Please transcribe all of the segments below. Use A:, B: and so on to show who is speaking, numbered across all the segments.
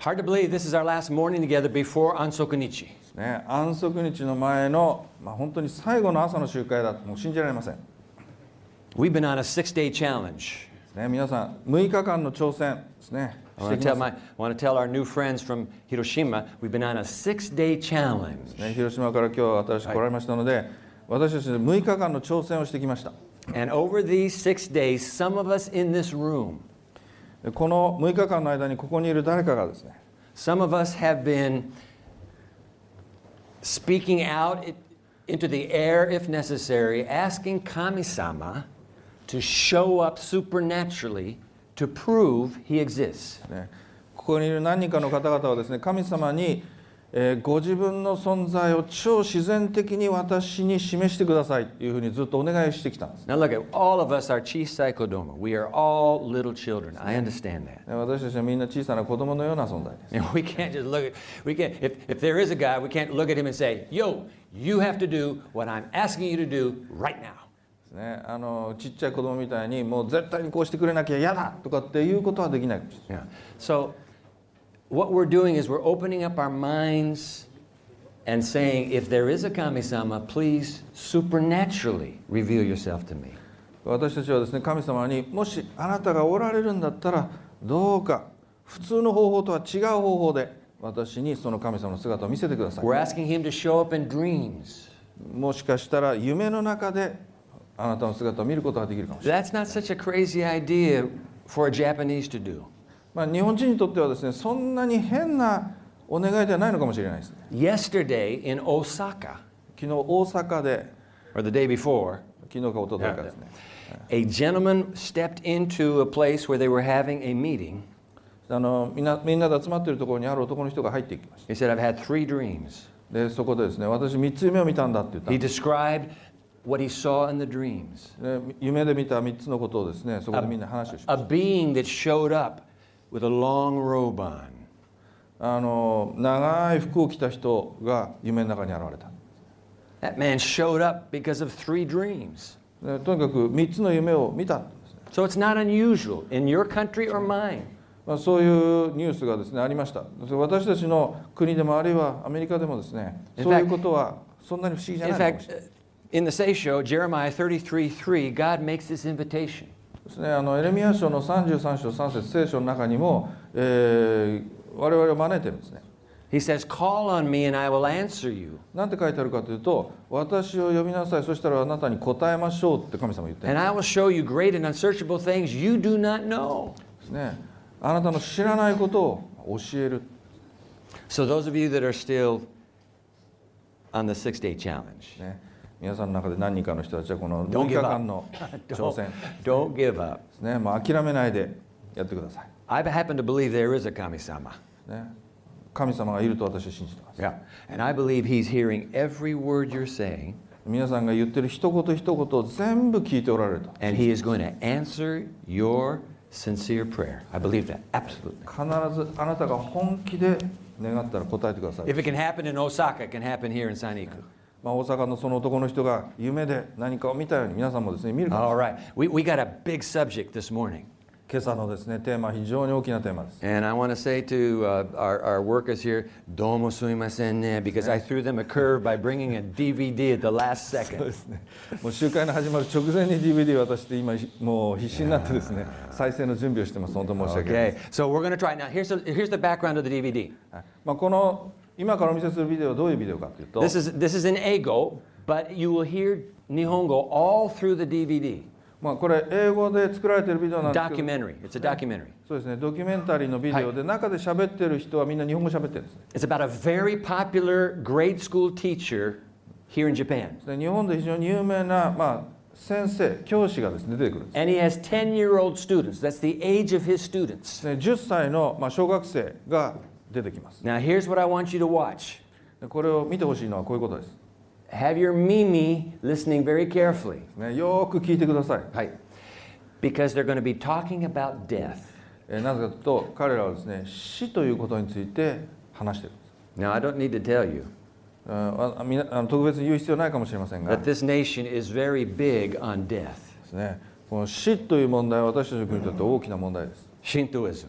A: Hard to believe this is our last morning together before Ansokunichi.
B: ね、安息日の前の、まあ、本当に最後の朝の集会だともう信じられません、
A: We've been on a six day challenge.
B: ね、皆さん6日間の挑戦ですね
A: I
B: して
A: want, to tell
B: きま
A: my, I want to tell our new friends from Hiroshima we've been on a six day challenge.
B: す、ね、広島から今日は新しく来られましたので、私たち6日間の挑戦をしてきました
A: And over these six days, some of us in this room,
B: でこの6日間の間にここにいる誰かがですね
A: some of us have been speaking out it- into the air if necessary, asking Kami-sama to show up supernaturally to prove he exists.
B: ねここにいる何人かの方々はですね神様に、えーご自分の存在を超自然的に私に示してくださいというふうにずっとお願いしてきたんです
A: Now look at all of us are chi psychodoma. We are all little children. I understand that.
B: ね私たちはみんな小さな子供のような存在です、
A: And we can't just look at we can't if, if there is a God, we can't look at him and say, yo, you have to do what I'm asking you to do right now.
B: ね、あのちっちゃい子供みたいにもう絶対にこうしてくれなきゃ嫌だとかっていうことはできないかもしれない
A: Yeah. So what we're doing is we're opening up our minds and saying, if there is a Kami-sama, please supernaturally reveal yourself to me.
B: 私たちはですね神様にもしあなたがおられるんだったらどうか普通の方法とは違う方法で私にその神様の姿を見せてください
A: We're asking him to show up in dreams.
B: もしかしたら夢の中であなたの姿を見ることができるかもしれない、
A: That's not such a crazy idea for a Japanese to do.
B: まあ、日本人にとってはですねそんなに変なお願いではないのかもしれないです、ね、
A: Yesterday in Osaka,
B: 昨日大阪で
A: or the day before,
B: 昨日か一昨日かですね
A: a gentleman stepped into a place where they were having a meeting.
B: あのみんなみんなで集まっているところにある男の人が入ってきまし
A: He said, I've had three dreams.
B: たでそこでですね私3つ夢を見たんだって言った
A: He
B: んで
A: described what he saw in the dreams
B: で夢で見た3つのことをですねそこでみんな話をしま
A: a
B: した
A: being that showed up with a long robe on,
B: あの長い服を着た人が夢の中に現れた
A: That man showed up because of three dreams.
B: でとにかく3つの夢を見たって言うんですね
A: So it's not unusual in your country or mine.
B: まあ、そういうニュースがですねありましたそれ私たちの国でもあるいはアメリカでもですね
A: In
B: そういうことはそんなに不思議じゃ
A: In
B: ないかもし
A: fact, uh,
B: れない
A: in the Seisho, Jeremiah 33 3, God makes this invitation.
B: ですねあのエレミア書の33章3節聖書の中にも、えー我々を招いてるんですね
A: He says, Call on me and I will answer you,
B: なんて書いてあるかというと「私を呼びなさいそしたらあなたに答えましょう」って神様言ってるん
A: and I will show you great and unsearchable things you do not know.
B: ですねあなたの知らないことを教える
A: So, those of you that are still on the six day challenge,
B: ね皆さんの中で何人かの人たちはこの
A: Don't give
B: 6日
A: up.
B: 間の挑戦
A: don't, don't give up.
B: ですねもう諦めないでやってください
A: I happen to believe there is a Kami-sama.
B: ね、神様がいると私は信じてます。
A: Yeah. And I believe he's hearing every word you're saying,
B: 皆さんが言ってる一言一言を全部聞いておられると
A: and he is going to answer your sincere prayer. I believe that, absolutely.
B: 必ずあなたが本気で願ったら答えてください、
A: If it can happen in Osaka, it can happen here in Saniku.
B: まあ、大阪のその男の人が夢で何かを見たように皆さんもですね見るか
A: All right. We, we got a big subject this morning.
B: 今朝のですねテーマ非常に大きなテーマです
A: And I want to say to uh, our, our workers here, domo sumimasen ne, because I threw them a curve by bringing a DVD at the last
B: そう
A: second.
B: ですねもう集会の始まる直前に DVD 渡して今もう必死になってですね再生の準備をしてます本当申し訳ない、
A: Okay. So we're going to try. Now, here's, the here's the background of the DVD.
B: はいまあ、この今からお見せするビデオはどういうビデオかというと
A: This is, this is in Ego, but you will hear Nihongo all through the DVD.
B: まあ、これ英語で作られてるビデオなんですけど
A: Documentary. It's a documentary.
B: そうですね、ドキュメンタリーのビデオで、中で喋ってる人はみんな日本語喋ってるんですね
A: It's about a very popular grade school teacher here in Japan.
B: で日本で非常に有名な、まあ、先生教師がですね出てくるんで
A: And he has 10 year old students. That's the age of his students.
B: すね10歳の、まあ、小学生が出てきます
A: Now, here's what I want you to watch
B: でこれを見てほしいのはこういうことです、
A: have your Mimi listening very carefully.
B: ね、よーく聞いてください
A: Right. Because they're going to be talking about death.
B: えーなぜかというと彼らはですね死ということについて話してるんです、
A: Now, I don't need to tell you
B: うんあみなあの特別に言う必要ないかもしれませんが
A: that
B: で
A: this nation is very big on death
B: す、ね、この死という問題は私たちの国にとって大きな問題です
A: Shintoism.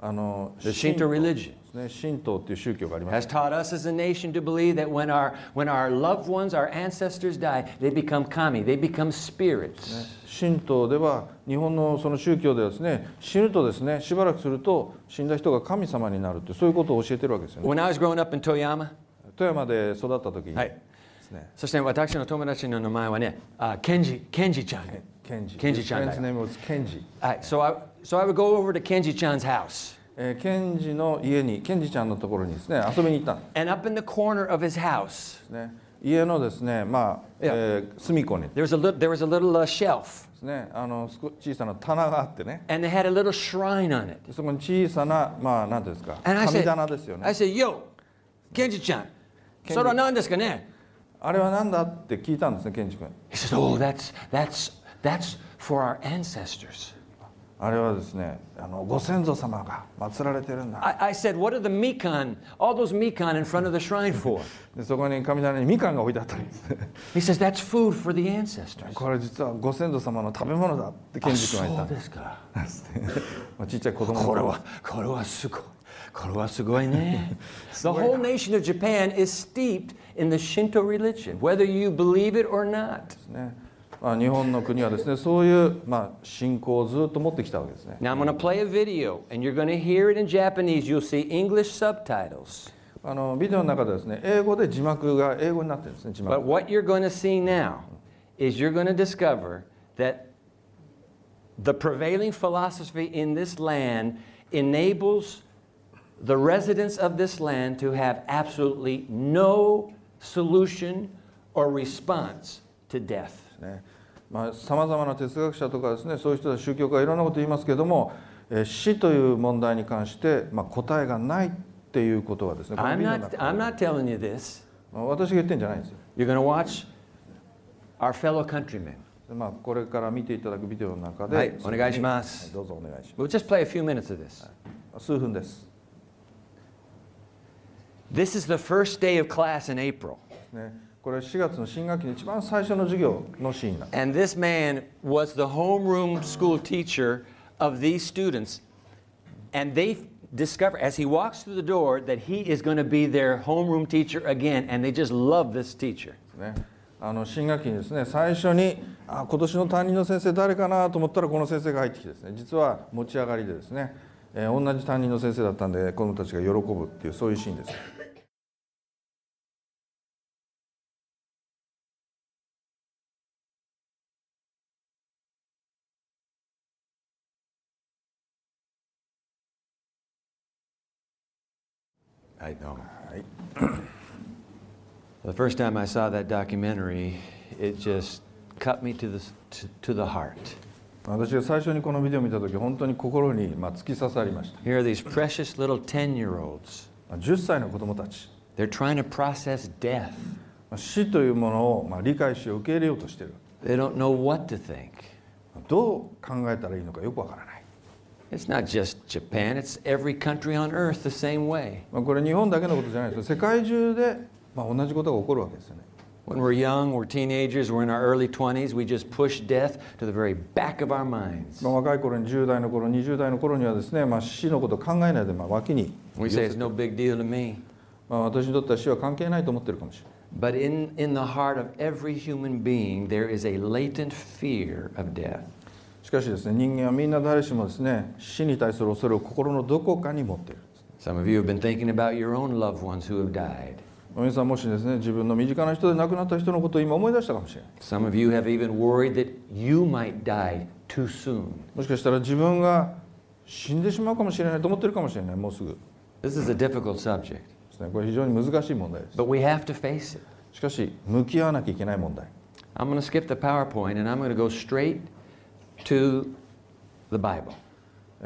B: ああの
A: The Shinto
B: で
A: religion
B: すね神道っていう宗教があります
A: has taught us as a nation to believe that when our, when our loved ones, our ancestors die, they become kami, they become spirits.
B: 神道では日本のその宗教ではですね死ぬとですねしばらくすると死んだ人が神様になるってそういうことを教えてるわけですよね
A: When I was growing up in Toyama,
B: 富山で育った時に
A: は
B: で
A: い
B: すね、
A: そして私の友達の名前はね、あケンジ、ケンジちゃん。
B: ケンジ
A: ケンジちゃんだ
B: His friend's
A: よ。
B: name was ケンジ、
A: はい、so I so I would go over to Kenji Chan's house,
B: えーケンジの家にケンジちゃんのところにですね遊びに行ったんで
A: and up in the corner of his house
B: すね家のですねまあ、
A: いや
B: えー隅っこに
A: there
B: で
A: was a little there was a little uh, shelf,
B: すねあの少小さな棚があってね
A: and they had a little shrine on it.
B: そこに小さなまあなんていうんですか
A: And I
B: 神
A: said,
B: 棚ですよね
A: I said, Yo, Kenji Chan,
B: Kenji-
A: それは何ですかね？
B: あれは何だって聞いたんですねケンジ君
A: eh? He says, Oh, that's that's that's for our ancestors.
B: あれはですねあのご先祖様が祀られてるんだ
A: I, I said, What are the mikan, all those mikan in front of the shrine for?
B: でそこに神棚にみかんが置いてあったんです
A: He says, That's food for the ancestors. Oh,
B: これ実はご先祖様の食べ物だってケン
A: あ
B: ジ君が言った
A: そうん
B: で
A: ですか。
B: すねまあちっちゃい子供の
A: これ
B: 頃
A: はこれはすごいこれはすごいね The whole nation of Japan is steeped in the Shinto religion whether you believe it or not
B: ですね、まあ、日本の国はですねそういう、まあ、信仰をずっと持ってきたわけですね
A: Now I'm going to play a video and you're going to hear it in Japanese you'll see English subtitles
B: あのビデオの中ではですね英語で字幕が英語になってるんですね字
A: But
B: 幕
A: what you're going to see now is you're going to discover that the prevailing philosophy in this land enables the residents of this land to have absolutely no solution or response to death.
B: さまざ、まな哲学者とかですねそういう人たち宗教家いろんなこと言いますけれども、えー死という問題に関して、まあ、答えがないっていうことはですねこの
A: I'm
B: ビデオの
A: not,
B: 中
A: I'm not telling you this.
B: まあ私が言ってんじゃないんですよ
A: You're going to watch our fellow countrymen.
B: でまあ、これから見ていただくビデオの中で、
A: はいお願いします
B: はいどうぞお願いし
A: We'll just play a few minutes of this.
B: ます数分です、
A: This is the first day of class in April.
B: ね、これ4月の新学期の一番最初の授業のシーンなんで
A: And
B: す
A: this man was the homeroom school teacher of these students. And they discover, as he walks through the door, that he is going to be their homeroom teacher again. And they just love this teacher.
B: ね、あの新学期にですね最初にあ今年の担任の先生誰かなと思ったらこの先生が入ってきてですね実は持ち上がりでですね、えー同じ担任の先生だったんで子どもたちが喜ぶっていうそういうシーンです。
A: I know. the first time I saw that documentary, it just cut me to the, s- to, to the heart.
B: 私が最初にこのビデオを見た時本当に心にまあ突き刺さりました
A: Here are these precious little 10 year olds.
B: まあ10歳の子どもたち
A: They're trying to process death,
B: まあ死というものをまあ理解し受け入れようとしている
A: they don't know what to think.
B: どう考えたらいいのかよくわからない、
A: It's not just Japan, it's every country on earth the same way.
B: まあ、これ日本だけのことじゃないですよ世界中でまあ同じことが起こるわけですよね
A: When we're young, we're teenagers, we're in our early 20s, we just push death to the very back of our minds.
B: まあ、若い頃に10代の頃20代の頃にはですね、まあ、死のことを考えないで、まあ、脇に、
A: We say it's no big deal to me.
B: まあ、私にとっては死は関係ないと思ってるかもしれない
A: But in, in the heart of every human being, there is a latent fear of death.
B: しかしですね人間はみんな誰しもですね死に対する恐れを心のどこかに持っている
A: Some of you have been thinking about your own loved ones who have died.
B: 皆さんもしですね自分の身近な人で亡くなった人のことを今思い出したかもしれない
A: Some of you have even worried that you might die too soon.
B: もしかしたら自分が死んでしまうかもしれないと思ってるかもしれないもうすぐで
A: This is a difficult subject,
B: すねこれ非常に難しい問題です
A: but we have to face it.
B: しかし向き合わなきゃいけない問題
A: I'm going to skip the PowerPoint and I'm going to go straight to the Bible.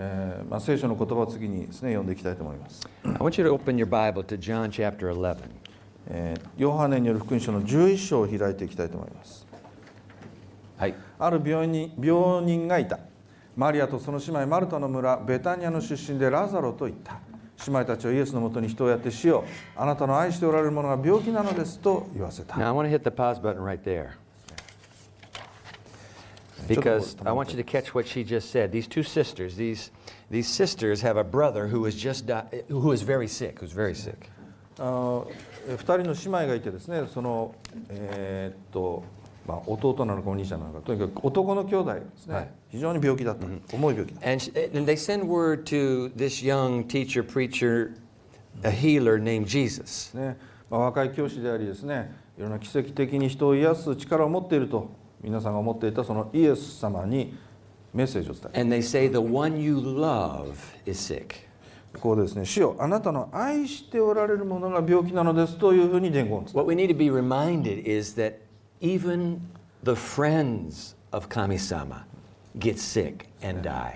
B: えーまあ、聖書の言葉を次にですね読んでいきたいと思います
A: I want you to open your Bible to John chapter 11.
B: えーヨハネによる福音書の11章を開いていきたいと思います
A: はい。
B: ある病人病人がいたマリアとその姉妹マルタの村ベタニアの出身でラザロと言った姉妹たちはイエスのもとに人をやって死よあなたの愛しておられる者が病気なのですと言わせた
A: Now I want to hit the pause button right there. Because
B: ちょっと
A: I want you to catch what she just said. These two sisters, these, these sisters have a brother who is just di- who is very sick, who's very sick.
B: あのえ2人の姉妹がいてですねそのえーっと、まあ、弟なのかお兄ちゃんなのかとにかく男の兄弟ですね、
A: はい
B: 非常に病気だった、重い病気だ
A: And, sh and they send word to this young teacher, preacher, a healer named Jesus.
B: ね、まあ、若い教師でありですねいろんな奇跡的に人を癒す力を持っていると皆さんが思っていたそのイエス様にメッセージを伝え
A: And they say, The one you love is sick.
B: るこうですね「主よあなたの愛しておられるものが病気なのです」というふうに伝言を伝える
A: What we need to be reminded is that even the friends of Kami-sama get sick and die.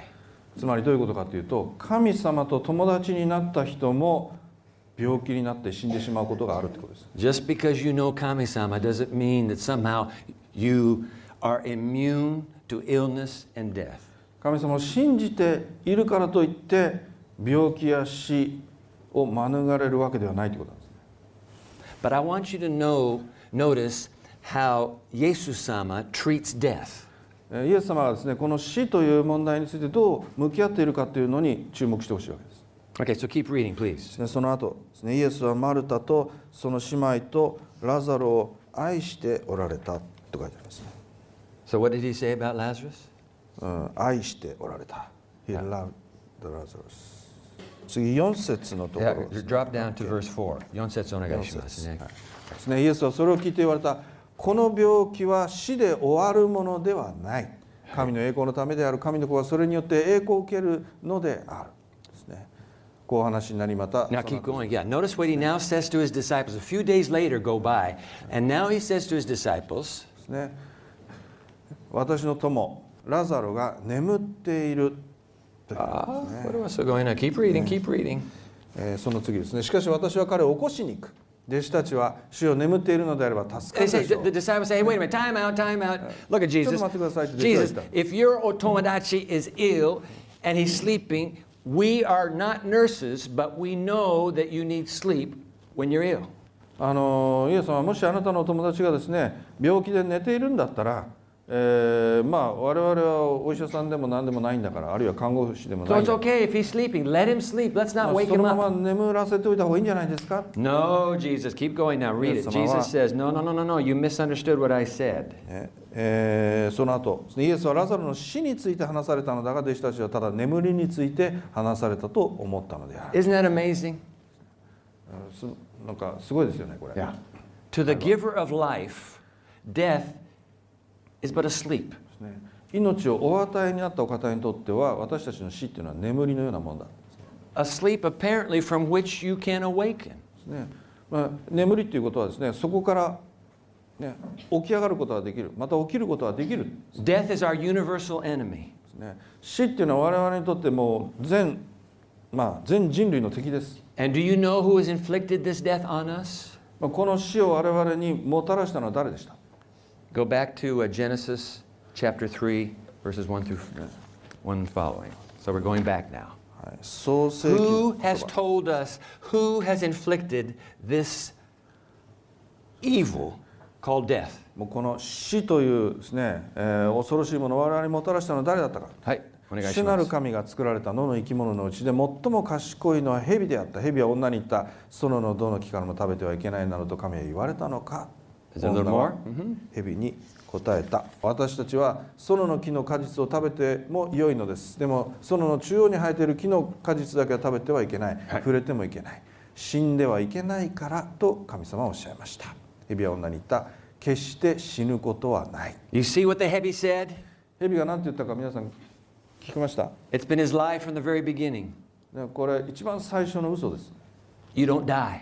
B: つまりどういうことかというと神様と友達になった人も病気になって死んでしまうことがあるということです
A: Just because you know Kami-sama doesn't mean that somehow you are immune to illness and death.
B: 神様を信じているからといって病気や死を免れるわけではないということなんですね
A: But I want you to know, notice how Jesus-sama treats death.
B: えーイエス様はですねこの死という問題についてどう向き合っているかというのに注目してほしいわけです
A: Okay, so keep reading, please.
B: でその後ですねイエスはマルタとその姉妹とラザロを愛しておられたと書いてありますね、
A: So what did he say about Lazarus?
B: うん、愛しておられた He loved Lazarus 次4節のとこ
A: Yeah,
B: ろです
A: drop down to verse 4. 4節お願いします。
B: 4節。ですね、イエスはそれを聞いて言われたこの病気は死で終わるものではない神の栄光のためである神の子はそれによって栄光を受けるのであるですねこうお話になりまた
A: Now
B: その
A: keep going. Yeah, notice what he now says to his disciples. A few days later go by, and now he says to his disciples,
B: ですね私の友ラザロが眠っているということですね
A: "Ah, What am I still going on? Keep reading, keep reading.
B: えーその次ですねしかし私は彼を起こしに行く弟子たちは主を眠っているのであれば助
A: They
B: か
A: say,
B: るでし
A: the,
B: ょ
A: the
B: う
A: disciples say, hey, wait a minute, time out, time out. Look at Jesus.
B: ちょっと待ってくださいって弟子が言
A: Jesus,
B: った。
A: if your otomodachi is ill and he's sleeping, we are not nurses, but we know that you need sleep when you're ill.
B: あのイエス様はもしあなたのお友達がですね病気で寝ているんだったら、えーまあ我々はお医者さんでも何でもないんだからあるいは看護師でも
A: So
B: ないん
A: it's
B: だか
A: okay if he's sleeping. Let him sleep. Let's
B: ら
A: not wake
B: そ
A: him
B: の
A: up.
B: まま眠らせておいた方がいいんじゃないですか、
A: No, Jesus, keep going now. Read it.
B: イエス様は-
A: Jesus says, No, no, no, no, no. You misunderstood what I said.
B: ねえーその後イエスはラザロの死について話されたのだが弟子たちはただ眠りについて話されたと思ったのである
A: Isn't that amazing?
B: うんすなんかすごいですよねこれ、
A: To the giver of life, death is but a sleep.
B: ですね命をお与えになったお方にとっては私たちの死っていうのは眠りのようなもんだ
A: A sleep apparently from which you can awaken.
B: ですね。まあ、眠りっていうことはですね、そこから、ね、起き上がることはできる、また起きることはできるんで
A: Death is our universal enemy.
B: すね。死っていうのは我々にとってもう全、まあ、全人類の敵です。
A: And do you know who has inflicted this death on us?
B: まあ、この死を我々にもたらしたのは誰でした
A: Go back to uh, Genesis chapter 3, verses 1 through 1 and following. So we're going back now.
B: はい、創世
A: Who
B: 記
A: has told us, who has inflicted this evil called death?
B: もうこの死というですね、えー恐ろしいものを我々にもたらしたのは誰だったか。主なる神が作られた野の生き物のうちで最も賢いのは蛇であった蛇は女に言った園のどの木からも食べてはいけないなどと神は言われたのか
A: Is there a little
B: 女は蛇に答えた私たちは園の木の果実を食べても良いのですでも園の中央に生えている木の果実だけは食べてはいけない、触れてもいけない死んではいけないからと神様はおっしゃいました蛇は女に言った決して死ぬことはない
A: You see what the heavy said?
B: 蛇が何て言ったか皆さん聞きました
A: It's been his lie from the very beginning.
B: ねこれ一番最初の嘘です
A: You don't die.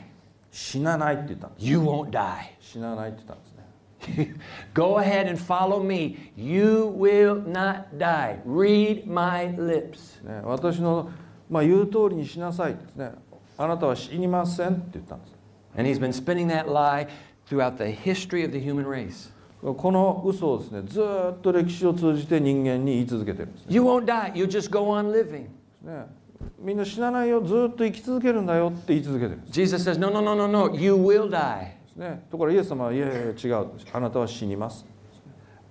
B: 死なないって言ったんです
A: You won't die.
B: 死なないって言ったんですね
A: Go ahead and follow me. You will not die. Read my lips.
B: ね私の、まあ、言う通りにしなさいですねあなたは死にませんって言ったんです
A: And he's been spinning that lie throughout the history of the human race.
B: この嘘をですねずーっと歴史を通じて人間に言い続けてるんですね
A: You won't die. You'll just go on living.
B: ねみんな死なないよずーっと生き続けるんだよって言い続けてるんで
A: Jesus says, No, no, no, no, no. You will die.
B: すねところがイエス様はいやいやいや違うあなたは死にます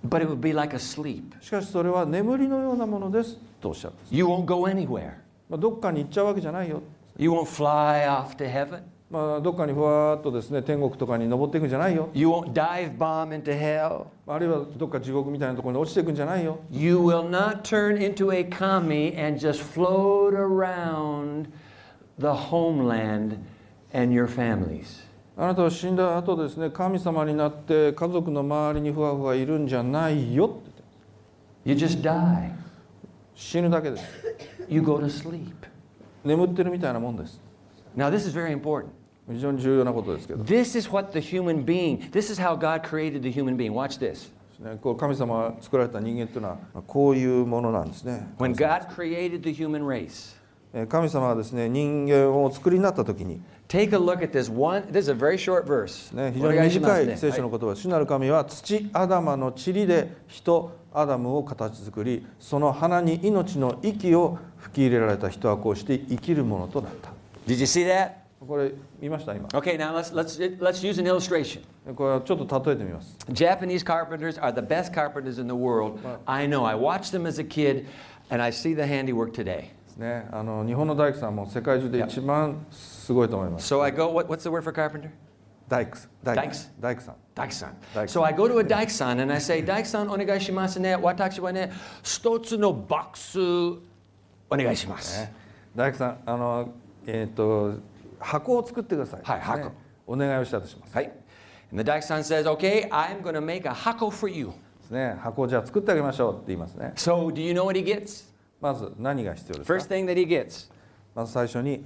A: but it would be like a sleep.
B: しかしそれは眠りのようなものですとおっしゃったんです
A: You won't go anywhere.
B: まあ、どっかに行っちゃうわけじゃないよ、
A: You won't fly off to heaven.
B: まあ、どっかにふわーっとですね天国とかに登っていくんじゃないよ
A: You won't dive bomb into hell.
B: あるいはどっか地獄みたいなところに落ちていくんじゃないよ
A: You will not turn into a commie and just float around the homeland and your families.
B: あなたは死んだ後ですね神様になって家族の周りにふわふわいるんじゃないよって言ってます
A: You just die.
B: 死ぬだけです
A: You go to sleep.
B: 眠ってるみたいなもんです
A: Now, this is very important.
B: 非常に重要なことですけど
A: This is what the human being, this is how God created the human being. Watch this.
B: ですねこう神様が作られた人間というのはまあこういうものなんですね
A: When God created the human race,
B: えー神様がですね人間をお作りになった時に
A: take a look at this one. This is a very short verse.
B: ね、非常に短い聖書の言葉、主なる神は土アダマの塵で人アダムを形作りその花に命の息を吹き入れられた人はこうして生きるものとなった
A: Did you see that?
B: これ見ました今
A: Okay, now let's, let's, let's use an illustration.
B: これはちょっと例えてみます
A: Japanese carpenters are the best carpenters in the world. I know. I watched them as a kid, and I see the handiwork today.
B: ですねあの日本の大工さんも世界中で一番すごいと思います
A: So I go, what, what's the word for carpenter?
B: 大工大工
A: 大工
B: 大工さん
A: Daiksan.
B: Daiksan.
A: So I go to a Daiksan and I say, Daiksan onegaishimasu ne, watashi wa ne, stotsu no boxu onegaishimasu.
B: ね大工さんあのえっ、と箱を作ってください、
A: はい
B: ですね
A: 箱
B: お願いをしたとします
A: Right? And the Daiksan says, okay, I'm going to make a hako for you.
B: ですね箱をじゃあ作ってあげましょうって言いますね
A: So do you know what he gets?
B: まず何が必要ですか
A: First thing that he gets,
B: まず最初に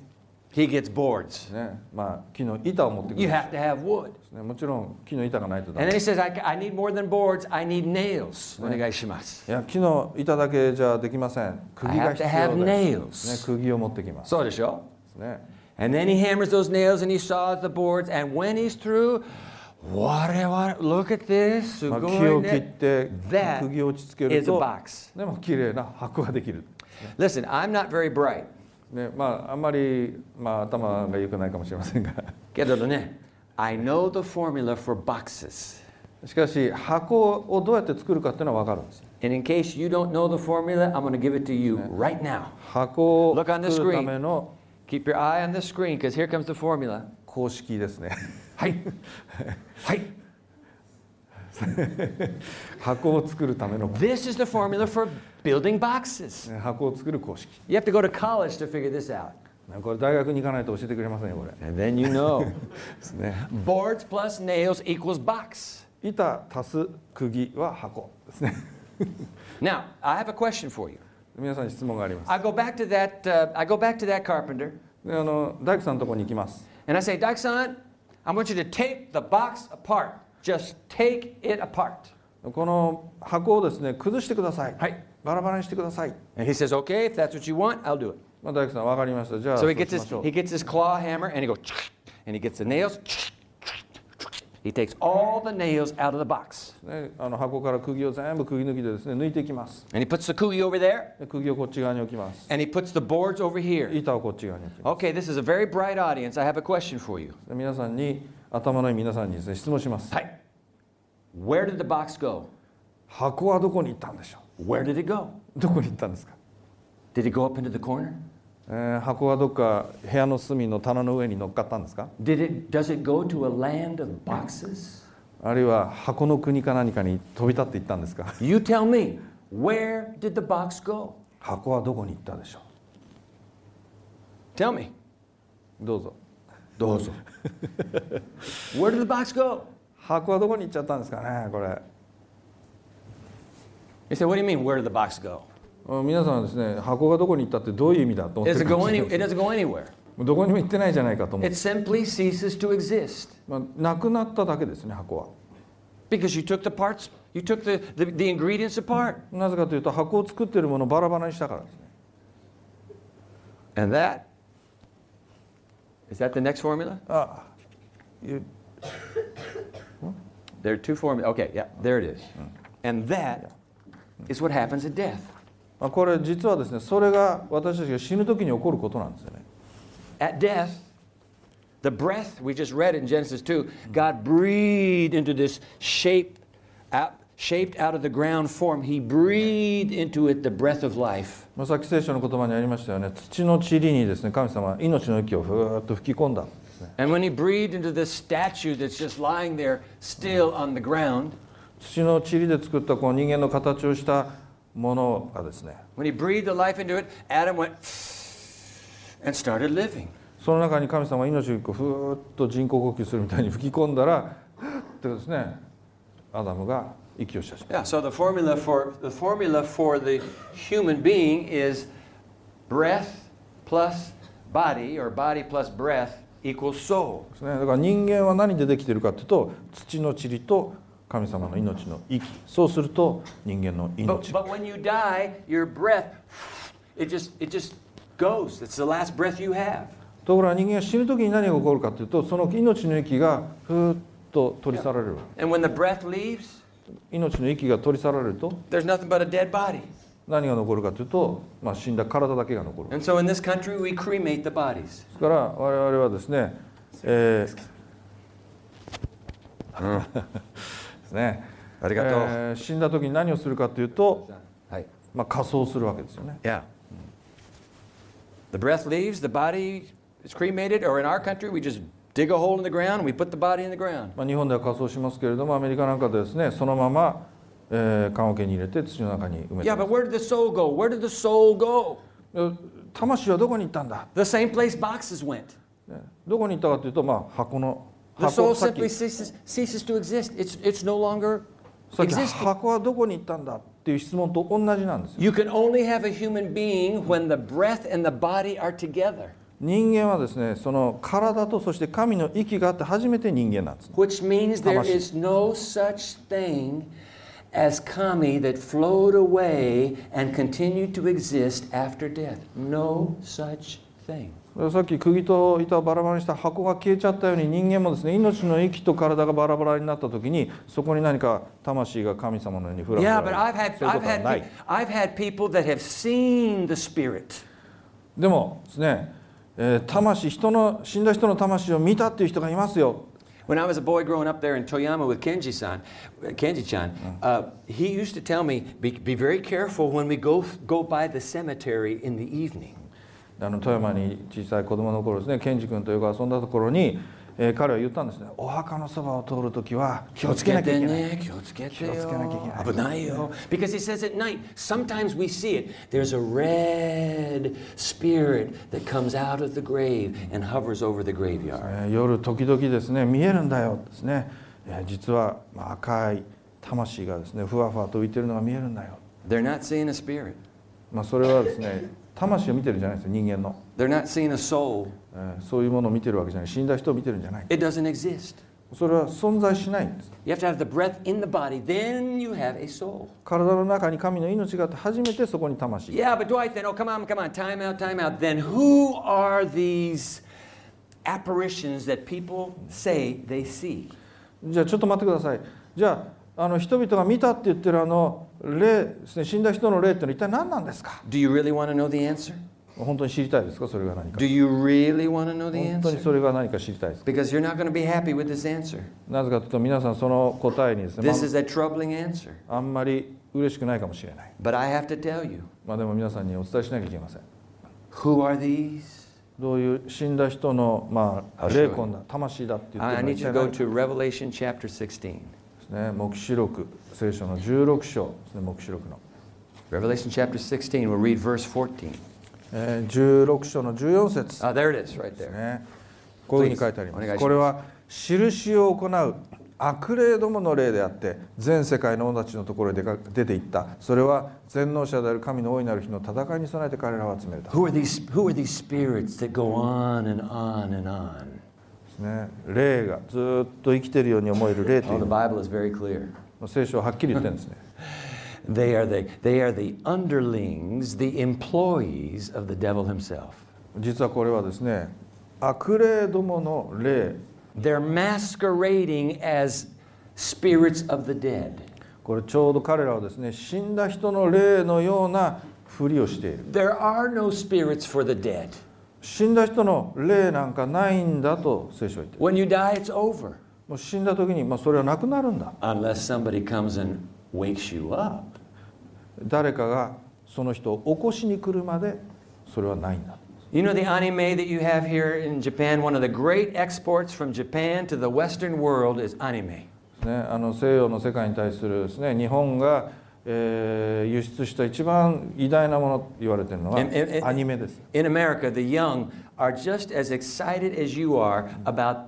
A: he gets boards.
B: ね、まあ木の板を持ってくる
A: You
B: んで
A: have to have wood.
B: すね。もちろん木の板がないとダ
A: And then
B: メ。
A: he says, I, I need more than boards, I need nails. Onegaishimasu.
B: いや木の板だけじゃできません。釘が必
A: I have
B: 要
A: to have
B: です、
A: nails.。
B: ね釘を持ってきます。
A: So de show.
B: ね。
A: And then he hammers those nails and he saws the boards. And when he's through, what, what look at this.
B: まあ、木を切って釘
A: That
B: を打ち付ける
A: is a
B: と、
A: box.
B: でも綺麗な箱ができる。
A: Listen, I'm not very bright.
B: ね、まああんまりまあ頭が良くないかもしれませんが、
A: けどね I know the formula for boxes.
B: しかし箱をどうやって作るかっていうのはわかるんです。
A: And in case you don't know the formula, I'm going to give it to you right now.
B: 箱を
A: Look on the
B: 作るための
A: Keep your eye on the screen because here comes the formula.
B: 公式ですね。
A: Hi. Hi.
B: 箱を作るための
A: This is the formula for building boxes.
B: ね箱を作る公式。
A: You have to go to college to figure this out.
B: ねこれ大学に行かないと教えてくれませんよこれ。
A: And then you know.
B: ですね。
A: Boards plus nails equals box.
B: 板足す釘は箱ですね
A: Now, I have a question for you.
B: 皆さんに質問があります
A: I go back to that. Uh, I go back to that carpenter,
B: であの大工さんのところに行きます
A: and I say, Dykeson, I want you to take the box apart. Just take it apart.
B: この箱をですね崩してください、
A: はい
B: バラバラにしてください、
A: And he says, Okay, if that's what you want, I'll do it.
B: まあ、大工さん分かりましたじゃあ
A: So
B: そう
A: he
B: しま
A: gets his
B: しょう
A: he gets his claw hammer, and he goes, and he gets the nails. He takes all the nails out of the box,
B: ね、あの箱から釘を全部釘抜きでですね抜いていきます
A: and he puts the cooey over there,
B: で釘をこっち側に置きます
A: and he puts the boards over here.
B: 板をこっち側に置きま
A: Okay, this is a very bright audience. I have a question for you.
B: すで皆さんに頭のいい皆さんにですね質問します、
A: Hi. Where did the box go?
B: 箱はどこに行ったんでしょ
A: Where did it go?
B: うどこに行ったんですか、
A: Did it go up into the corner?
B: えー箱はどっか部屋の隅の棚の上に乗っかったんですか
A: Did it does it go to a land of boxes?
B: あるいは箱の国か何かに飛び立っていったんですか
A: You tell me, where did the box go?
B: 箱はどこに行ったでしょ
A: Tell me.
B: うどうぞ
A: Dozo. where did the box go?
B: 箱はどこに行っちゃったんですかねこれ
A: You say, what do you mean, where did the box go?
B: うん皆さんはですね箱がどこに行ったってどういう意味だと思
A: It
B: ってる
A: doesn't
B: かも
A: go
B: し
A: any
B: れない
A: it doesn't go anywhere.
B: どこにも行ってないじゃないかと思う
A: It simply ceases to exist.
B: まあ、なくなっただけですね箱は
A: Because you took the parts, you took the, the, the ingredients apart.
B: なぜかというと箱を作っているものをバラバラにしたからですね
A: And that is that the next formula?
B: あい
A: There are two formulas. Okay, yeah, there it is. And that is what happens at death.
B: まあ、これ実はですねそれが私たちが死ぬ時に起こることなんですよね
A: At death, the breath we just read in Genesis 2, God breathed into this shape, out, shaped out of the ground form, he breathed into it the breath of life.
B: まあ、さっき聖書の言葉にありましたよね土の塵にですね神様は命の息をふーっと吹き込んだんですね
A: And when he breathed into this statue that's just lying there still on the ground,
B: 土の塵で作ったこの人間の形をしたものがですね
A: when he breathed the life into it, Adam went and started living.
B: その中に神様は命をふーっと人工呼吸するみたいに吹き込んだらふーってですねアダムが息をし始めた
A: Yeah, so the formula for the formula for the human being is breath plus body or body plus breath equals soul.
B: ですねだから人間は何でできているかというと土の塵と神様の命の息そうすると人間の
A: But,
B: 命
A: but when you die, your breath it just it just goes. It's the last breath you have.
B: ところが人間が死ぬ時に何が起こるかというとその命の息がふーっと取り去られる
A: And when the breath leaves,
B: 命の息が取り去られると
A: there's nothing but a dead body.
B: 何が残るかというと、まあ、死んだ体だけが残る
A: And so in this country we cremate the bodies.
B: ですから我々はですね、えーですね
A: ありがとう
B: えー死んだ時に何をするかというと、まあ、仮装するわけですよね
A: Yeah. The breath leaves, the body is cremated, or in our country, we just dig a hole in the ground and we put the body in the ground.
B: まあ、日本では仮装しますけれどもアメリカなんかではですねそのまま、えー、棺桶に入れて土の中に埋めて
A: Yeah,
B: ま
A: but
B: す
A: where did the soul go? Where did the soul go?
B: で魂はどこに行ったんだ
A: The same place boxes went.
B: ねどこに行ったかというと、まあ、箱の
A: The soul
B: 箱さっき
A: simply ceases, ceases to exist. It's, it's no longer
B: さっき
A: existing.
B: 箱はどこに行ったんだっていう質問と同じなんですよ
A: You can only have a human being when the breath and the body are together,
B: 人間はですねその体とそして神の息があって初めて人間なんです
A: which means there
B: Tamasi.
A: is no such thing as kami that flowed away and continued to exist after death. No such thing.
B: さっき釘と板をバラバラにした箱が消えちゃったように人間もですね命の息と体がバラバラになった時にそこに何か魂が神様のようにふらふ
A: Yeah, but
B: ら
A: I've had,
B: そういうこ
A: I've
B: とは
A: had,
B: ない
A: pe- I've had people that have seen the spirit.
B: でもですね、えー魂人の死んだ人の魂を見たっていう人がいますよ
A: When I was a boy growing up there in Toyama with Kenji-san, Kenji-chan, uh, he used to tell me, be, be very careful when we go, go by the cemetery in the evening.
B: あの富山に小さい子供の頃ですね賢治君とよく遊んだところに、えー彼は言ったんですねお墓のそばを通る時は気をつけなきゃいけない気をつけなきゃいけない。
A: 気をつけてね、気をつけてよ。危ないよ。Because he says at night, sometimes we see it. There's a red spirit that comes out of the grave and hovers over the graveyard.
B: えー夜時々ですね見えるんだよですね、えー実は、まあ、赤い魂がですねふわふわと浮いてるのが見えるんだよ、
A: They're not seeing a spirit.
B: まあ、それはですね魂を見てるんじゃないですよ人間の、
A: They're not seeing a soul.
B: えーそういうものを見てるわけじゃない死んだ人を見てるんじゃない
A: It doesn't exist.
B: それは存在しないんです
A: You have to have the breath in the body, then you have a soul.
B: 体の中に神の命があって初めてそこに魂
A: Yeah,
B: が
A: but Dwight, then, oh, come on, come on, time out, time out. Then who are these apparitions that people say they see?
B: じゃあちょっと待ってくださいじゃああの人々が見たって言ってるあの霊ですね死んだ人の霊ってのは一体何なんですか
A: Do you really want to know the answer?
B: 本当に知りたいですかそれが何か
A: Do you really want to know the
B: 本当に
A: answer?
B: それが何か知りたいですか
A: Because you're not going to be happy with this answer.
B: なぜかというと皆さんその答えにですね、ま
A: This is a troubling answer.
B: あ、あんまり嬉しくないかもしれない、
A: But I have to tell you
B: まあ、でも皆さんにお伝えしなきゃいけません
A: who are these?
B: どういう死んだ人の、まあ、
A: あ
B: 霊魂だ魂だって言っ
A: I
B: て
A: I
B: るのは
A: need
B: 一
A: you to
B: 体
A: go
B: 何で
A: to Revelation chapter 16.
B: すね黙示録聖書の16章ですね黙示録の、
A: Revelation chapter 16, we'll read verse 14.
B: えー16章の14節
A: Ah, there it is, right there.
B: ね、こういうふうに書いてありま。
A: Please, お願いしますす
B: これは印を行う悪霊どもの霊であって全世界の女たちのところへ出か出て行ったそれは全能者である神の大いなる日の戦いに備えて彼らを集めた
A: Who are these who are these spirits that go on and on and on?
B: ですね霊がずっと生きているように思える霊とい
A: Oh,
B: う
A: the
B: の
A: Bible is very clear.
B: は聖書ははっきり言ってるんですね
A: They are the they are the underlings, the employees of the devil himself.
B: 実はこれはですね悪霊どもの霊
A: They're masquerading as spirits of the dead.
B: これちょうど彼らはですね死んだ人の霊のようなふりをしている
A: There are no spirits for the dead.
B: 死んだ人の霊なんかないんだと聖書は言ってる
A: When you die, it's over.
B: もう死んだ時に、まあ、それはなくなるんだ
A: Unless somebody comes and wakes you up.
B: 誰かがその人を起こしに来るまでそれはないんだ
A: You know the anime that you have here in Japan? One of the great exports from Japan to the Western world is anime.
B: ね、あの西洋の世界に対するですね日本が、えー輸出した一番偉大なものと言われてるのは
A: えええ
B: アニメです、
A: In America, the young are just as excited as you are about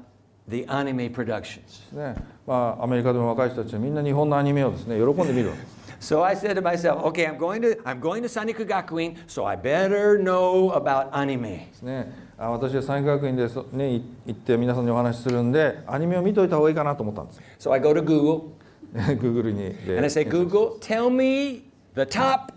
A: the anime productions.
B: ねまあ、アメリカでも若い人たちはみんな日本のアニメをですね喜んで見るわけです
A: So I said to myself, okay, I'm going to I'm going to Sanikugakuin, so I better know about anime.
B: ねあ私は三学院でそ、ね、い行って皆さんにお話しするんでアニメを見といた方がいいかなと思ったんですよ
A: So I go to Google
B: ね Google にで
A: and I say,
B: ね
A: Google, tell me the top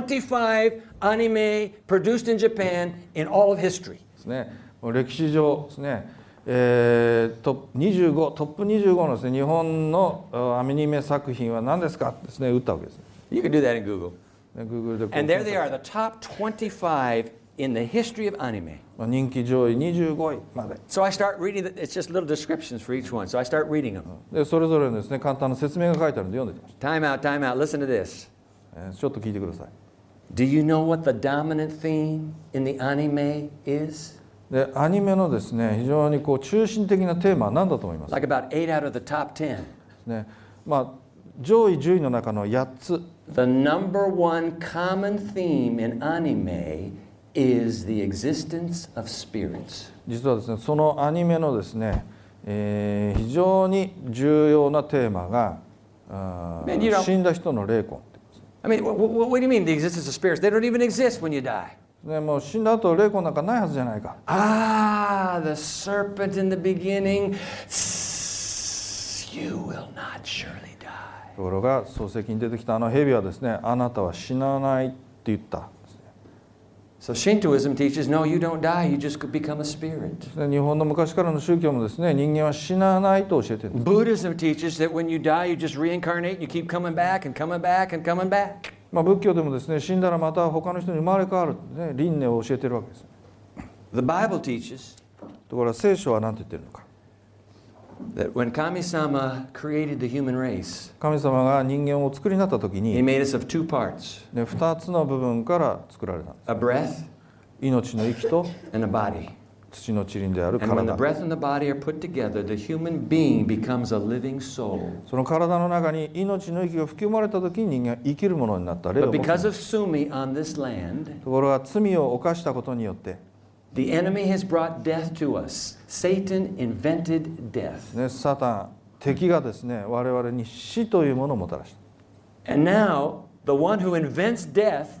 A: 25 anime produced in Japan in all of history.
B: ですねもう歴史上ですね、えー、トップ25トップ25のですね日本のあアニメ作品は何ですかってですね打ったわけですね
A: You can do that in Google.
B: ね Google でこう
A: And there they are, the top 25 in the history of anime.
B: まあ人気上位25位まで
A: So I start reading, the, it's just little descriptions for each one. So I start reading them.
B: でそれぞれのですね簡単な説明が書いてあるんで読んでいきまし
A: Time out, time out. Listen to this.
B: た、えーちょっと聞いてください
A: Do you know what the dominant theme in the anime is?
B: でアニメのですね非常にこう中心的なテーマは何だと思いますか
A: Like about eight out of the top 10.
B: ねまあ上位10位の中の8つ
A: The number one common theme in anime is the existence of spirits.
B: 実はですねそのアニメのですね、えー非常に重要なテーマがあー
A: Man, you don't-
B: 死んだ人の霊魂
A: I mean, wh- wh- what do you mean the existence of spirits? They don't even exist when you die.
B: ねもう死んだ後霊魂なんかないはずじゃないか
A: Ah, the serpent in the beginning. "Tss, You will not surely die.
B: ところが漱石に出てきたあの蛇はですねあなたは死なないって言った、
A: So Shintoism teaches no, you don't die, you just could become a spirit.
B: ね日本の昔からの宗教もですね人間は死なないと教えてる
A: Buddhism teaches that when you die, you just reincarnate and you keep coming back and coming back and coming back.
B: まあ、仏教でもですね死んだらまた他の人に生まれ変わる、ね、輪廻を教えてるわけです
A: The Bible teaches
B: ところが聖書は何て言ってるのか
A: that when Kami sama created the human race,
B: 神様が人間をお作りになった時
A: he
B: に、
A: made us of two parts
B: ね、2つの部分から作られた
A: a breath
B: 命の息と
A: and a body.
B: 土の塵である
A: And when the
B: 体
A: breath and the body are put together, the human being becomes a living soul.
B: その体の中に命の息が吹き込まれた時に人間は生きるものになった霊
A: But
B: を持つ
A: because of Sumi on this land,
B: ところが罪を犯したことによって、
A: the enemy has brought death to us. Satan invented death.
B: ね、サタン敵がですね我々に死というものをもたらした
A: And now, the one who invents death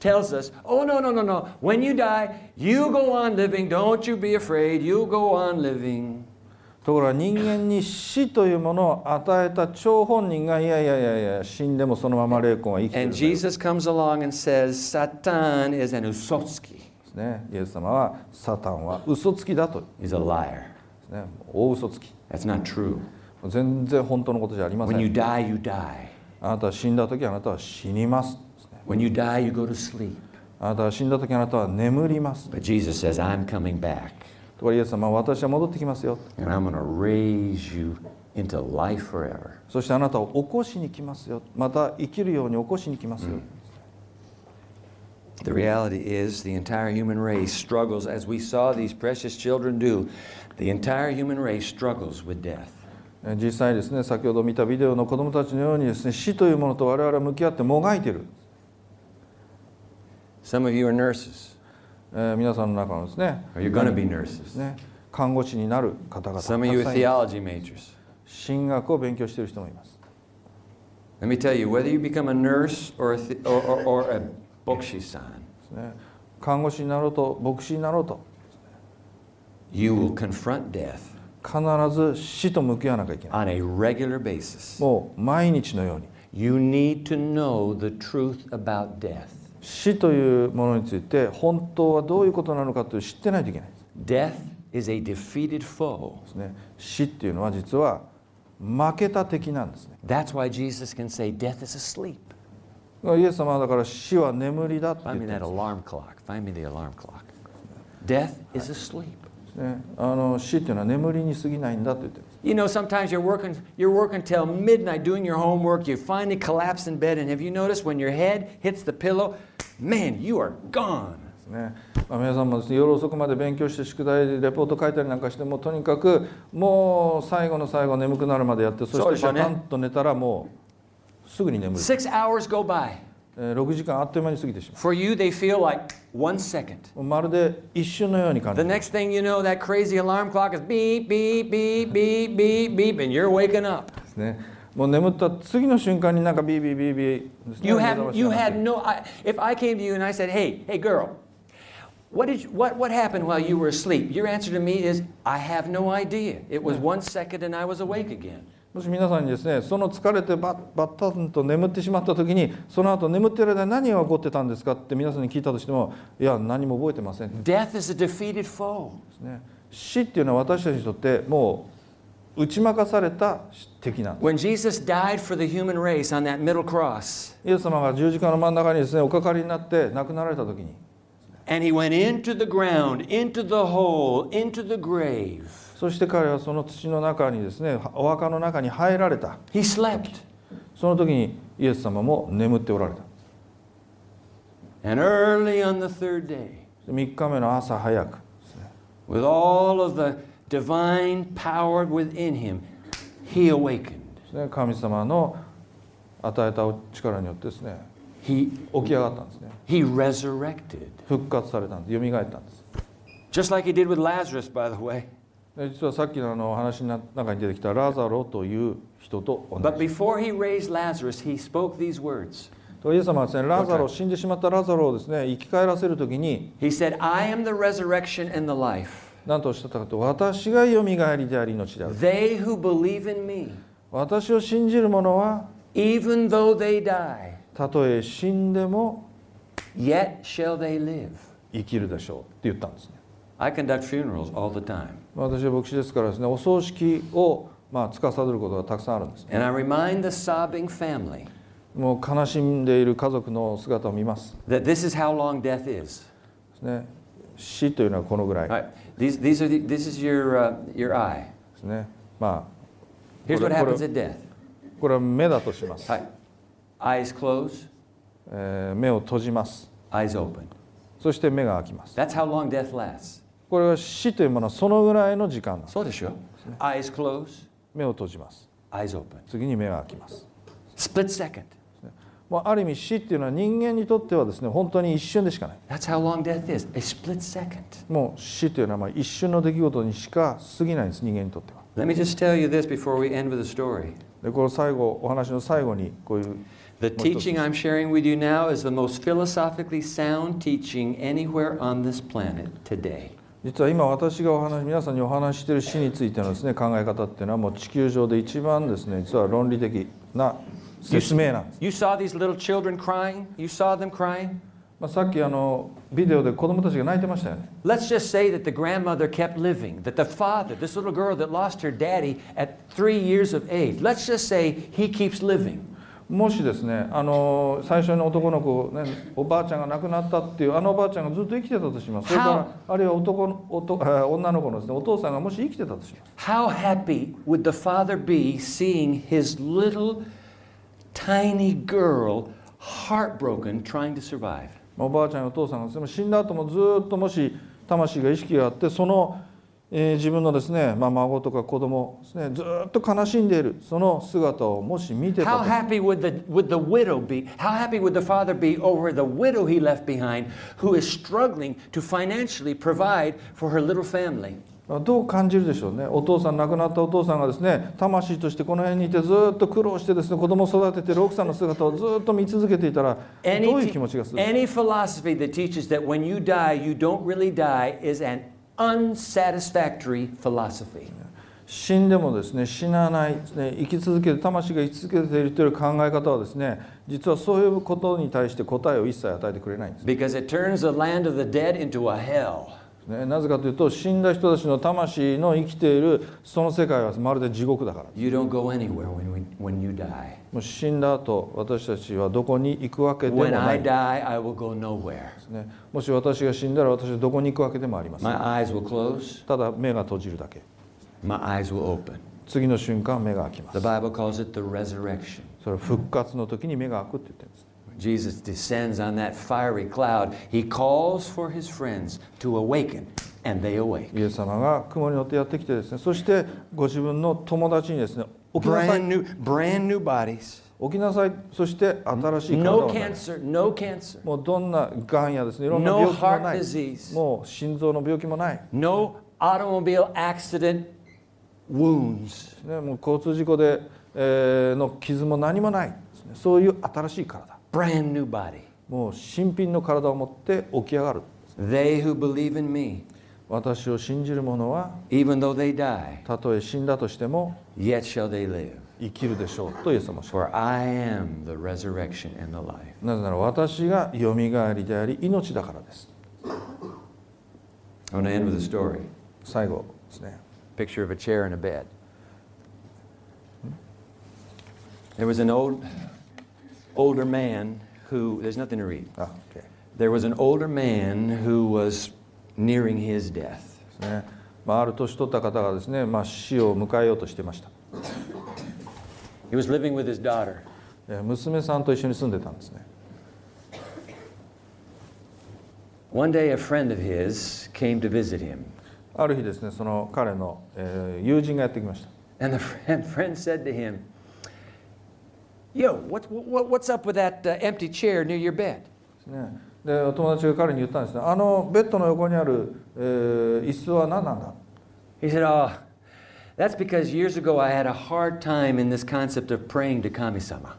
A: tells us, oh, no, no, no, no. When you die, you go on living. Don't you be afraid. You go on living.
B: ところが人間に死というものを与えた張本人がいやいやいやいや死んでもそのまま霊魂は生きてるん
A: And
B: だよ
A: Jesus comes along and says, Satan is an usotski.
B: ですねイエス様はサタンは嘘つきだと、
A: He's a liar.
B: ね、大嘘つき
A: That's not true.
B: 全然本当のことじゃありませ
A: When you
B: ん
A: die, you die.
B: あなたは死んだ時あなたは死にますですね
A: When you die, you go to sleep.
B: あなたは死んだ時あなたは眠ります
A: But Jesus says, I'm coming back.
B: ところがイエス様は私は戻ってきますよ
A: and I'm going to raise you into life forever.
B: そしてあなたを起こしに来ますよまた生きるように起こしに来ますよ、
A: The reality is, the entire human race struggles, as we saw these precious children do, the entire human race struggles with death.
B: え実際ですね先ほど見たビデオの子どもたちのようにですね死というものと我々は向き合ってもがいている、
A: Some of you are nurses,
B: えー皆さんの中のですね
A: or you're going to be
B: で
A: nurses.
B: すね看護師になる方々
A: Some of you
B: た
A: are
B: くさんいます
A: theology majors.
B: 神学を勉強している人もいます
A: Let me tell you, whether you become a nurse or a, the, or, or, or a bokushisan,
B: ですね看護師になろうと牧師になろうと
A: you will confront death
B: 必ず死と向き合わなきゃいけない
A: on a regular basis.
B: もう毎日のように
A: You need to know the truth about death.
B: 死というものについて本当はどういうことなのかという知ってないといけない
A: Death is a defeated foe.
B: ですね死っていうのは実は負けた敵なんですね
A: That's why Jesus can say death is asleep.
B: イエス様はだから死は眠りだって言
A: Find
B: っ
A: me
B: て
A: that
B: ます
A: alarm clock. Find me the alarm clock. Death is asleep.
B: でですねあの死っていうのは眠りに過ぎないんだと言ってるんです
A: You know, sometimes you're working, you're working till midnight doing your homework. You finally collapse in bed, and have you noticed when your head hits the pillow, man, you are gone.
B: ね、まあ、皆さんもですね夜遅くまで勉強して宿題レポート書いたりなんかしてもとにかくもう最後の最後眠くなるまでやってそ
A: そうで
B: し
A: しょ
B: て
A: う
B: パ
A: ね
B: タンと寝たらもうすぐに眠る、
A: Six hours go by.
B: えー6時間あっという間に過ぎてしま
A: For you, they feel like one second.
B: うまるで一瞬のように感じ
A: The
B: る
A: next thing you know, that crazy alarm clock is beep, beep, beep, beep, beep, beep, and you're waking up.
B: ですねもう眠った次の瞬間になんかビービービービーですね
A: You
B: 目覚ま
A: have,
B: しが
A: you
B: 鳴って
A: had no. I, if I came to you and I said, "Hey, hey, girl, what did you, what what happened while you were asleep?" Your answer to me is, "I have no idea. It was one second, and I was awake again."
B: もし皆さんにですねその疲れてバッバッタンと眠ってしまった時にその後眠ってる間に何が起こってたんですかって皆さんに聞いたとしてもいや何も覚えてませんって
A: Death is a defeated foe.
B: ですね死っていうのは私たちにとってもう打ち負かされた敵なんです
A: When Jesus died for the human race on that middle cross,
B: イエス様が十字架の真ん中にですねおかかりになって亡くなられた時に
A: and he went into the ground, into the hole, into the grave.
B: そして彼はその土の中にですねお墓の中に入られた
A: He slept.
B: その時にイエス様も眠っておられた
A: And early on the third day,
B: 3日目の朝早くですね
A: with all of the divine power within him, he awakened.
B: ですね神様の与えたお力によってですね
A: He,
B: 起き上がったんですね
A: he resurrected.
B: 復活されたんです蘇ったんです
A: Just like he did with Lazarus, by the way.
B: で実はさっきのあのお話の中に出てきたラザロという人と同じ
A: But before he raised Lazarus, he spoke these words
B: イエス様はですねラザロ死んでしまったラザロをですね生き返らせる時に
A: He said, I am the resurrection and the life.
B: 何とおっしゃったかというと私がよみがえりであり命である
A: They who believe in me,
B: 私を信じる者は
A: even though they die,
B: たとえ死んでも
A: yet shall they live.
B: 生きるでしょうって言ったんですね
A: I conduct funerals all the time.
B: まあ私は牧師ですからですねお葬式をまあ司ることがたくさんあるんです
A: And I remind the sobbing family
B: もう悲しんでいる家族の姿を見ます
A: that this is how long death is.
B: ですね死というのはこのぐらい
A: All right, these, these are the, this is your, uh, your eye.
B: ですねま
A: Here's what
B: Hold on, hold
A: happens at death.
B: あこれは目だとします、
A: All right. Eyes closed,
B: えー目を閉じます
A: eyes open.
B: そして目が開きます
A: That's how long death lasts.
B: これは死というものはそのぐらいの時間なんです
A: So show. Eyes closed,
B: 目を閉じます
A: eyes open.
B: 次に目が開きます、
A: Split second.
B: まあ、ある意味死っていうのは人間にとってはですね本当に一瞬でしかない
A: That's how long death is. A split second.
B: もう死というのはまあ一瞬の出来事にしか過ぎないんです人間にとっては
A: Let me just tell you this before we end with the story.
B: でこの最後お話の最後にこういう
A: The
B: Most of
A: teaching I'm sharing with you now is the most philosophically sound teaching anywhere on this planet today.
B: 実は今私がお話皆さんにお話ししている死についてのですね考え方っていうのはもう地球上で一番ですね実は論理的な説明なんです、
A: You saw these little children crying? You saw them crying?
B: まあ、さっきあのビデオで子供たちが泣いてましたよね
A: Let's just say that the grandmother kept living, that the father, this little girl that lost her daddy at three years of age, let's just say he keeps living.
B: もしですねあの最初の男の子、ね、おばあちゃんが亡くなったっていうあのおばあちゃんがずっと生きてたとしますそれからあるいは男のおとえー女の子のです、ね、お父さんがもし生きてたとします
A: How happy would the father be seeing his little tiny girl heartbroken trying to survive?
B: まあおばあちゃんやお父さんがです、ね、死んだ後もずっともし魂が意識があってその、えー自分のですね、まあ、孫とか子供ですねずっと悲しんでいるその姿をもし見て
A: How
B: たと
A: happy would the, would the widow be? How happy would the father be over the widow he left behind who is struggling to financially provide for her little family?
B: どう感じるでしょうねお父さん亡くなったお父さんがですね魂としてこの辺にいてずっと苦労してですね子供を育ててる奥さんの姿をずっと見続けていたらどういう
A: Any,
B: 気持ちがする
A: any philosophy that teaches that when you die, you don't really die is an unsatisfactory philosophy.
B: 死んでもですね死なないですね生き続ける魂が生き続けているという考え方はですね実はそういうことに対して答えを一切与えてくれないんです
A: Because it turns the land of the dead into a hell.
B: ねね、なぜかというと死んだ人たちの魂の生きているその世界はまるで地獄だから
A: You don't go anywhere when, we, when you die.
B: もう死んだ後私たちはどこに行くわけでも
A: When
B: な
A: I
B: いんで
A: die, I will go nowhere.
B: すねもし私が死んだら私はどこに行くわけでもありません
A: My eyes will close,
B: ただ目が閉じるだけ
A: my eyes will open.
B: 次の瞬間目が開きま
A: The
B: す
A: Bible calls it the resurrection.
B: それは復活の時に目が開くって言ってるんです
A: Jesus descends on that fiery cloud. He calls for his friends to awaken, and they awake.
B: イエス様が雲に乗ってやってきてですねそしてご自分の友達にですね起きなさい
A: Brand new, brand new bodies.
B: 起きなさいそして新しい体
A: No
B: を与える
A: cancer, no cancer,
B: もうどんながんやですねいろんな
A: no
B: 病気も
A: heart
B: ない
A: disease,
B: もう心臓の病気もない
A: no automobile accident wounds.
B: ね、もう交通事故で、えーの傷も何もないですねそういう新しい体
A: Brand new body.
B: もう新品の体を持って起き上がる
A: They who believe in me,
B: 私を信じる者は
A: even though they die,
B: たとえ死んだとしても
A: yet shall they live.
B: 生きるでしょうとイエス様はおっしゃる
A: For I am the resurrection and the life.
B: なぜなら私がよみがえりであり命だからです
A: I want to end with a story.
B: 最後ですね
A: picture of a chair and a bed. There was an old, older man who, there's nothing to read.
B: あ OK で
A: There was an older man who was nearing his death.
B: すね、まあ、ある年取った方がですね、まあ、死を迎えようとしてました
A: He was living with his daughter.
B: えー娘さんと一緒に住んでたんですね
A: One day, a friend of his came to visit him.
B: ある日ですねその彼の、えー友人がやってきました
A: And the friend, friend said to him, Yo, what, what, what's up with that uh, empty chair near your bed?
B: ですね、でお友達が彼に言ったんですね「あのベッドの横にある、えー椅子は何なんだ?」
A: He said, Oh, that's because years ago I had a hard time in this concept of praying to Kami-sama.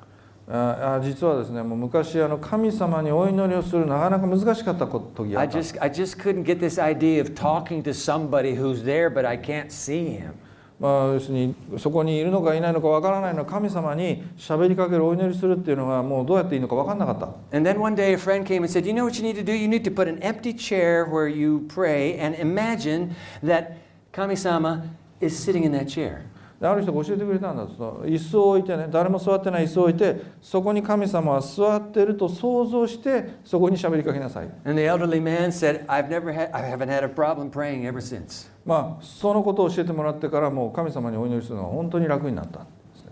B: ああ実はですねもう昔あの神様にお祈りをするなかなか難しかったこ時があ
A: I
B: った
A: just, I just couldn't get this idea of talking to somebody who's there, but I can't see him.
B: まあ、要するにそこにいるのかいないのかわからないのは神様に喋りかけるお祈りするっていうのがもうどうやっていいのか分かんなかった
A: And then one day a friend came and said, You know what you need to do? You need to put an empty chair where you pray and imagine that Kami-sama is sitting in that chair.
B: である人が教えてくれたんだその椅子を置いてね誰も座ってない椅子を置いてそこに神様は座ってると想像してそこに喋りかけなさい
A: And the elderly man said, I've never had, I haven't had a problem praying ever since.
B: まあそのことを教えてもらってからもう神様にお祈りするのは本当に楽になったんですね、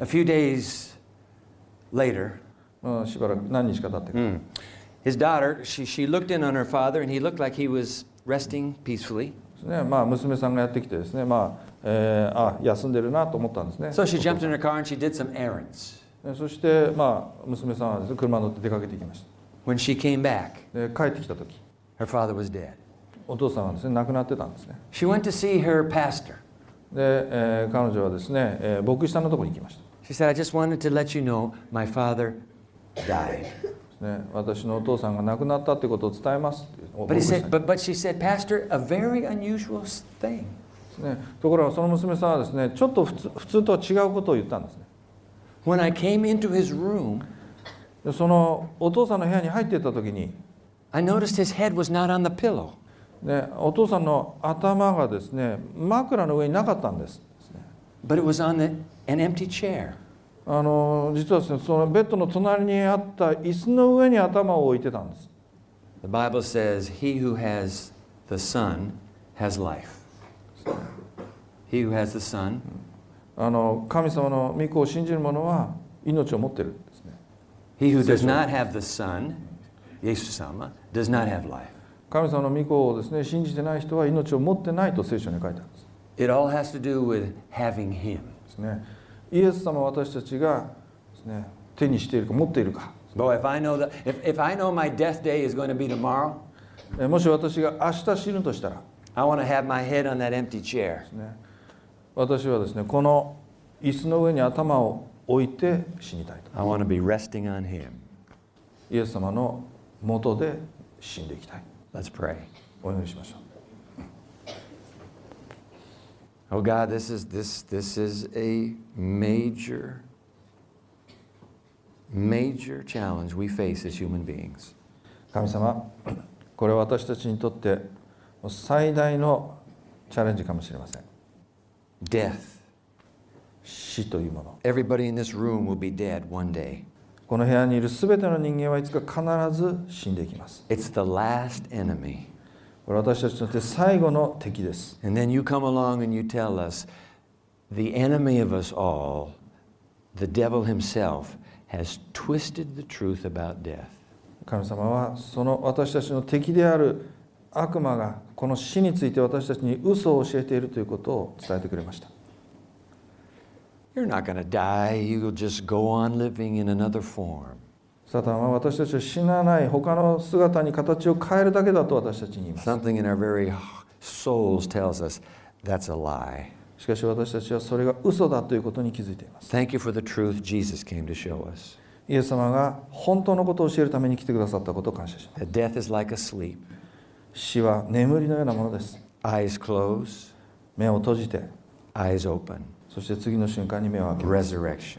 A: A few days later,
B: まあ、しばらく何日か経ってから、
A: Mm. His daughter, she, she looked in on her father, and he looked like he was resting peacefully.
B: ですねまあ、娘さんがやってきてですね、まあえーあ休んでるなと思ったんですね
A: So she jumped in her car and she did some errands.
B: でそして、まあ、娘さんはです、ね、車に乗って出かけていきまし
A: When she came back,
B: たで帰ってきた時
A: her father was dead.
B: お父さんはですね亡くなってたんですね
A: She went to see her pastor.
B: で、えー彼女はですね、えー牧師さんのとこに行きました
A: She said, I just wanted to let you know my father died.
B: ですね、私のお父さんが亡くなったってことを伝えますっていうお
A: But,
B: 牧
A: he
B: 師さん
A: said, but, but she said,
B: に
A: Pastor, a very unusual s- thing.
B: ですねところがその娘さんはですねちょっと普通普通とは違うことを言ったんですね
A: When I came into his room,
B: でそのお父さんの部屋に入っていった時に、
A: I noticed his head was not on the pillow.
B: ね、お父さんの頭がですね枕の上になかったんですですね
A: But it was on the, an empty chair.
B: あの実はですねそのベッドの隣にあった椅子の上に頭を置いてたんです
A: The Bible says, He who has the Son has life. He who has the Son,
B: あの神様の御子を信じる者は命を持ってるんですね
A: he who does not have the Son, Jesus Sama, does not have life.
B: 神様の御子をですね信じてない人は命を持ってないと聖書に書いてあるんです
A: It all has to do with having Him.
B: ですねイエス様は私たちがですね手にしているか持っているか
A: Boy, if I know that, if, if I know my death day is going to be tomorrow,
B: えもし私が明日死ぬとしたら
A: I want to have my head on that empty chair.
B: ですね私はですねこの椅子の上に頭を置いて死にたいと
A: I want to be resting on Him.
B: イエス様の元で死んでいきたい
A: Let's pray.
B: お祈りしましょう
A: Oh God, this is this this is a major major challenge we face as human beings.
B: 神様これは私たちにとって最大のチャレンジかもしれません
A: death.
B: 死というもの
A: Everybody in this room will be dead one day.
B: この部屋にいる全ての人間はいつか必ず死んでいきます
A: It's the last enemy.
B: これは私たちにとって最後の敵です
A: And then you come along and you tell us the enemy of us all, the devil himself, has twisted the truth about death.
B: 神様はその私たちの敵である悪魔がこの死について私たちに嘘を教えているということを伝えてくれました
A: You're not going to die, you'll just go on living in another form.
B: サタンは私たちは死なない他の姿に形を変えるだけだと私たちに言います
A: Something in our very souls tells us that's a lie.
B: しかし私たちはそれが嘘だということに気づいています
A: Thank you for the truth Jesus came to show us
B: イエス様が本当のことを教えるために来てくださったことを感謝しま
A: that death is like a sleep,
B: す死は眠りのようなものです
A: eyes closed,
B: 目を閉じて
A: eyes open,
B: そして次の瞬間に目を開ける
A: resurrection.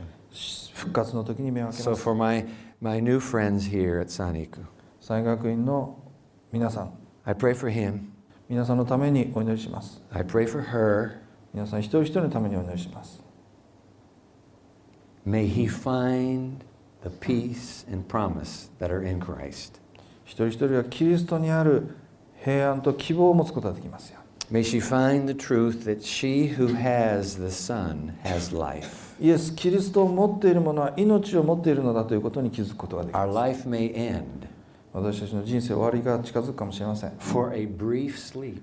B: 復活の時に目を開け
A: So
B: ます
A: for my, my new friends here at Saniku,
B: 山岳院の皆さん
A: I pray for him.
B: 皆さんのためにお祈りします
A: I pray for her.
B: 皆さん一人一人のためにお祈りします
A: May he find the peace and promise that are in Christ.
B: 一人一人がキリストにある平安と希望を持つことができますよ
A: May she find the truth that she who has the Son has life.
B: イエス・キリストを持っている者は命を持っているのだということに気づくことができ
A: Our
B: ます
A: life may end
B: 私たちの人生終わりが近づくかもしれません
A: for a brief sleep,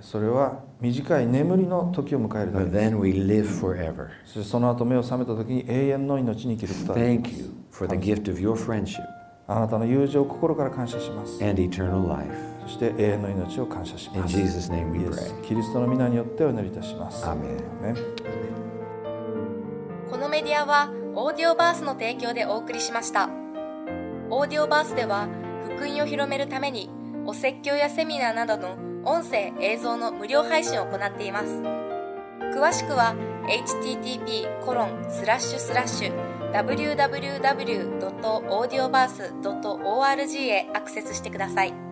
B: それは短い眠りの時を迎えるため
A: but
B: です
A: then we live forever.
B: そしてその後目を覚めた時に永遠の命に生きることができま
A: Thank
B: す
A: you for the gift of your friendship
B: あなたの友情を心から感謝します
A: and eternal life.
B: そして永遠の命を感謝し
A: In
B: ます
A: Jesus' name
B: イ
A: we
B: エ
A: pray.
B: スキリストの皆によってお祈りいたしますアー
A: Amen.
B: メン
C: このメディアはオーディオバースの提供でお送りしましたオーディオバースでは福音を広めるためにお説教やセミナーなどの音声映像の無料配信を行っています詳しくは http://www.audioverse.org へアクセスしてください